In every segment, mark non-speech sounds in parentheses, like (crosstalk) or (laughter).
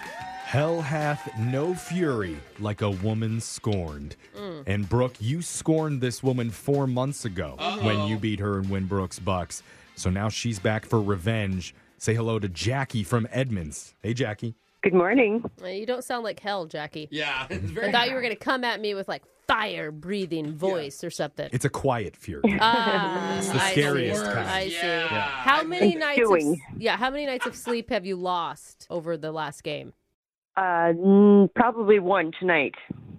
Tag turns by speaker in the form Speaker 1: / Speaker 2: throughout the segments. Speaker 1: Hell hath no fury like a woman scorned. And Brooke, you scorned this woman four months ago when you beat her in Winbrook's Bucks. So now she's back for revenge. Say hello to Jackie from Edmonds. Hey, Jackie.
Speaker 2: Good morning.
Speaker 3: Well, Uh, You don't sound like hell, Jackie.
Speaker 4: Yeah, it's very.
Speaker 3: I thought you were going to come at me with like fire breathing voice or something.
Speaker 1: It's a quiet fury.
Speaker 3: Ah,
Speaker 1: the
Speaker 3: I see.
Speaker 1: scariest kind.
Speaker 3: I see.
Speaker 4: Yeah.
Speaker 3: How many nights? Of,
Speaker 2: doing.
Speaker 3: yeah, how many nights of sleep have you lost over the last game?
Speaker 2: Uh, mm, probably one tonight.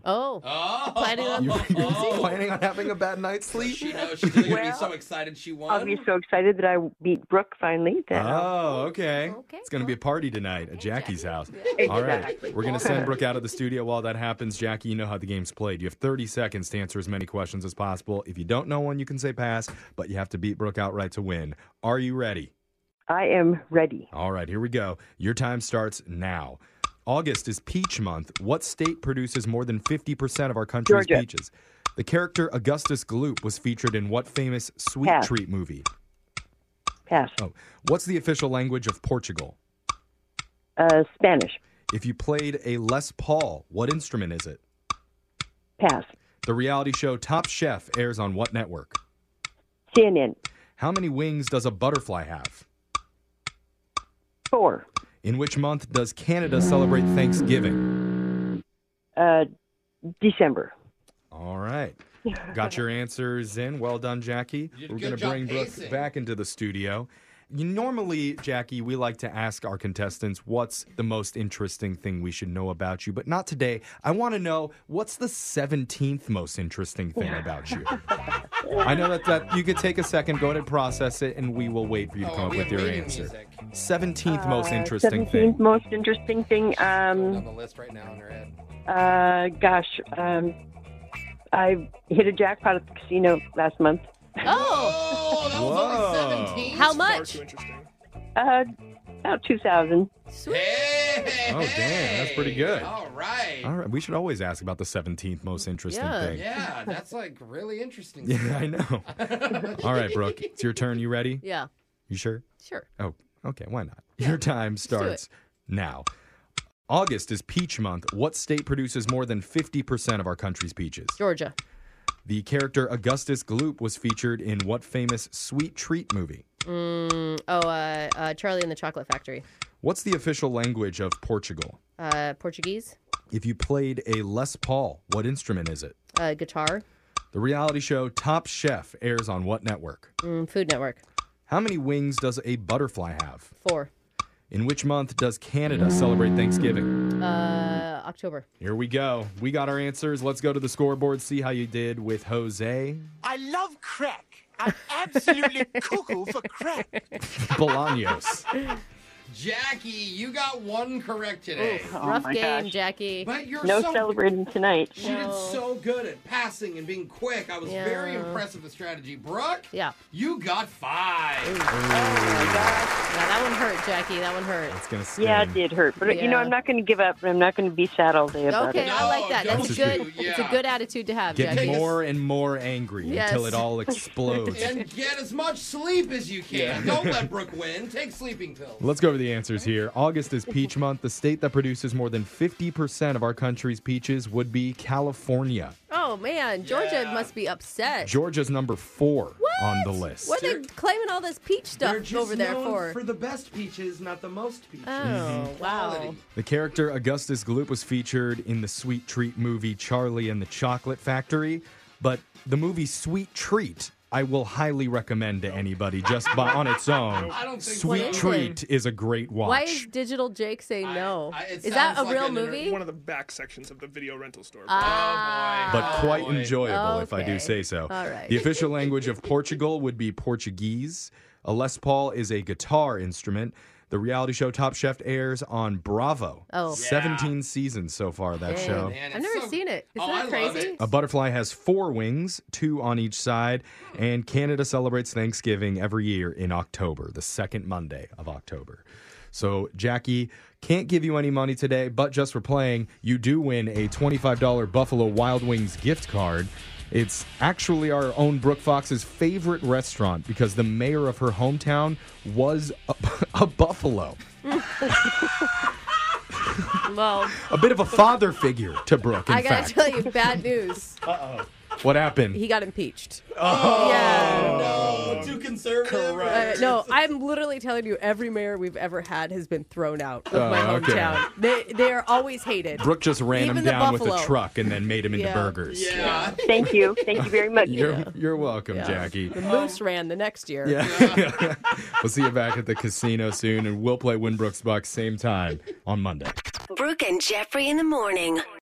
Speaker 3: Oh,
Speaker 4: (laughs) Oh,
Speaker 3: (laughs) Planning
Speaker 1: (laughs)
Speaker 3: on-
Speaker 1: You- You're
Speaker 4: Oh.
Speaker 1: planning on having a bad night's sleep?
Speaker 4: She knows she's gonna be
Speaker 2: Well,
Speaker 4: so excited she won.
Speaker 2: I'll be so excited that I beat Brooke finally. That I'll-
Speaker 1: Oh, okay.
Speaker 3: Okay,
Speaker 1: It's going to be a party tonight at Jackie's house. All right.
Speaker 2: Exactly.
Speaker 1: We're going to send Brooke out of the studio while that happens. Jackie, you know how the game's played. You have 30 seconds to answer as many questions as possible. If you don't know one, you can say pass, but you have to beat Brooke outright to win. Are you ready?
Speaker 2: I am ready.
Speaker 1: All right, here we go. Your time starts now. August is peach month. What state produces more than 50% of our country's
Speaker 2: Georgia.
Speaker 1: peaches? The character Augustus Gloop was featured in what famous sweet
Speaker 2: Pass.
Speaker 1: treat movie?
Speaker 2: Pass.
Speaker 1: Oh, what's the official language of Portugal?
Speaker 2: Uh, Spanish.
Speaker 1: If you played a Les Paul, what instrument is it?
Speaker 2: Pass.
Speaker 1: The reality show Top Chef airs on what network?
Speaker 2: CNN.
Speaker 1: How many wings does a butterfly have?
Speaker 2: Four.
Speaker 1: In which month does Canada celebrate Thanksgiving?
Speaker 2: Uh, December.
Speaker 1: All right. Got your answers in. Well done, Jackie.
Speaker 4: You did a
Speaker 1: We're
Speaker 4: good
Speaker 1: going to
Speaker 4: job
Speaker 1: bring Brooke
Speaker 4: pacing.
Speaker 1: back into the studio. You- Normally, Jackie, we like to ask our contestants what's the most interesting thing we should know about you, but not today. I want to know what's the 17th most interesting thing about you? I know that, that you could take a second, go ahead and process it, and we will wait for you to
Speaker 4: Oh,
Speaker 1: come up
Speaker 4: we
Speaker 1: with
Speaker 4: have
Speaker 1: your
Speaker 4: waiting
Speaker 1: answer.
Speaker 4: music.
Speaker 1: 17th most
Speaker 2: Uh,
Speaker 1: interesting
Speaker 2: 17th
Speaker 1: thing.
Speaker 2: most interesting thing.
Speaker 4: Going
Speaker 2: Um,
Speaker 4: down the list right now in her head.
Speaker 2: uh, gosh. Um, I hit a jackpot at the casino last month.
Speaker 3: oh,
Speaker 4: Oh, that was
Speaker 1: Whoa.
Speaker 4: only 17.
Speaker 3: how much?
Speaker 2: Uh, about 2,000.
Speaker 3: Sweet.
Speaker 4: Hey.
Speaker 1: Oh, damn, that's pretty good.
Speaker 4: All right.
Speaker 1: All right, we should always ask about the 17th most interesting
Speaker 3: Yeah.
Speaker 1: thing.
Speaker 4: Yeah, that's like really interesting.
Speaker 1: (laughs) Yeah, I know. (laughs) All right, Brooke, it's your turn. You ready?
Speaker 3: Yeah,
Speaker 1: You sure?
Speaker 3: sure.
Speaker 1: Oh, okay, why not? Your time
Speaker 3: do it.
Speaker 1: starts now. August is peach month. What state produces more than 50% of our country's peaches?
Speaker 3: Georgia,
Speaker 1: The character Augustus Gloop was featured in what famous sweet treat movie?
Speaker 3: Mm, oh, uh, uh, Charlie and the Chocolate Factory,
Speaker 1: What's the official language of Portugal?
Speaker 3: uh, Portuguese,
Speaker 1: If you played a Les Paul, what instrument is it?
Speaker 3: uh, guitar,
Speaker 1: The reality show Top Chef airs on what network?
Speaker 3: mm, Food Network,
Speaker 1: How many wings does a butterfly have?
Speaker 3: four,
Speaker 1: In which month does Canada celebrate Thanksgiving?
Speaker 3: uh, October.
Speaker 1: Here we go. We got our answers. Let's go to the scoreboard, see how you did with Jose
Speaker 5: I love crack. I'm
Speaker 4: (laughs)
Speaker 5: absolutely cuckoo for crack.
Speaker 1: Bolaños.
Speaker 4: Jackie, you got one correct today.
Speaker 2: Oh
Speaker 3: Rough
Speaker 2: my
Speaker 3: game,
Speaker 2: gosh.
Speaker 3: Jackie.
Speaker 4: But you're
Speaker 2: No
Speaker 4: so
Speaker 2: celebrating tonight.
Speaker 4: She did so good at passing and being quick. I was
Speaker 3: Yeah.
Speaker 4: very impressed with the strategy. Brooke,
Speaker 3: Yeah.
Speaker 4: you got five.
Speaker 3: Yeah, that one hurt, Jackie. That one hurt.
Speaker 1: It's
Speaker 3: (laughs)
Speaker 1: going to sting.
Speaker 2: Yeah, it did hurt. But, you know,
Speaker 3: Yeah.
Speaker 2: I'm not going to give up. I'm not going to be sad all day about
Speaker 3: Okay,
Speaker 2: it.
Speaker 3: I like that.
Speaker 4: No,
Speaker 3: That's a
Speaker 1: don't
Speaker 3: good.
Speaker 4: you.
Speaker 3: It's a
Speaker 4: Yeah.
Speaker 3: good attitude to have,
Speaker 1: Get
Speaker 3: Jackie.
Speaker 1: more and more angry
Speaker 3: Yes.
Speaker 1: until it
Speaker 3: (laughs)
Speaker 1: all explodes.
Speaker 4: And get as much sleep as you can. Don't
Speaker 1: (laughs)
Speaker 4: let Brooke win. Take sleeping pills.
Speaker 1: Let's go over the answers here. August is peach month. The state that produces more than 50% of our country's peaches would be California.
Speaker 3: Oh man, Georgia
Speaker 4: Yeah.
Speaker 3: must be upset.
Speaker 1: Georgia's number four on the list.
Speaker 3: What are they claiming all this peach
Speaker 4: They're
Speaker 3: stuff
Speaker 4: just
Speaker 3: over there
Speaker 4: known
Speaker 3: for?
Speaker 4: for the best peaches, not the most peaches.
Speaker 3: oh
Speaker 1: Mm-hmm.
Speaker 3: wow.
Speaker 4: Quality.
Speaker 1: The character Augustus Gloop was featured in the sweet treat movie Charlie and the Chocolate Factory, but the movie Sweet Treat I will highly recommend to anybody just by on its own.
Speaker 4: I don't think
Speaker 1: Sweet
Speaker 3: so.
Speaker 1: Treat is a great watch.
Speaker 3: Why is Digital Jake saying
Speaker 4: I-
Speaker 3: no?
Speaker 4: I- it
Speaker 3: is that a
Speaker 4: sounds like
Speaker 3: real
Speaker 4: an inter-
Speaker 3: movie?
Speaker 6: One of the back sections of the video rental store.
Speaker 3: Ah.
Speaker 1: but quite
Speaker 4: Oh, boy.
Speaker 1: enjoyable, if I do
Speaker 3: Okay.
Speaker 1: say so.
Speaker 3: All right.
Speaker 1: The official language of Portugal would be Portuguese. A Les Paul is a guitar instrument. The reality show Top Chef airs on Bravo.
Speaker 3: Oh. Yeah.
Speaker 1: 17 seasons so far, that
Speaker 3: Dang.
Speaker 1: show.
Speaker 4: Man,
Speaker 3: I've
Speaker 4: it's
Speaker 3: never
Speaker 4: so-
Speaker 3: seen it. Isn't
Speaker 4: Oh,
Speaker 3: that
Speaker 4: I love
Speaker 3: crazy?
Speaker 4: it. (laughs)
Speaker 1: A butterfly has four wings, two on each side, and Canada celebrates Thanksgiving every year in October, the second Monday of October. So, Jackie, can't give you any money today, but just for playing, you do win a $25 Buffalo Wild Wings gift card. It's actually our own Brooke Fox's favorite restaurant because the mayor of her (laughs) hometown was a, a buffalo.
Speaker 3: Well,
Speaker 1: A bit of a father figure to Brooke, in
Speaker 3: I gotta
Speaker 1: fact.
Speaker 3: tell you, bad news.
Speaker 1: What happened?
Speaker 3: He
Speaker 1: (laughs)
Speaker 3: got impeached. Oh. Yeah.
Speaker 7: Oh, too conservative.
Speaker 3: Uh, no, I'm literally telling you, every mayor we've ever had has been thrown out of my
Speaker 1: Oh, okay.
Speaker 3: hometown. They they are always hated.
Speaker 1: Brooke just ran
Speaker 3: Even
Speaker 1: him
Speaker 3: the
Speaker 1: down with a
Speaker 3: buffalo.
Speaker 1: truck and then made him into
Speaker 3: Yeah.
Speaker 1: burgers.
Speaker 7: Yeah.
Speaker 2: Thank you. Thank you very much.
Speaker 1: You're, you're welcome, Jackie.
Speaker 3: The moose ran the next year.
Speaker 1: Yeah. we'll see you back at the casino soon, and we'll play Winbrook's Bucks same time on Monday.
Speaker 8: Brooke and Jeffrey in the morning.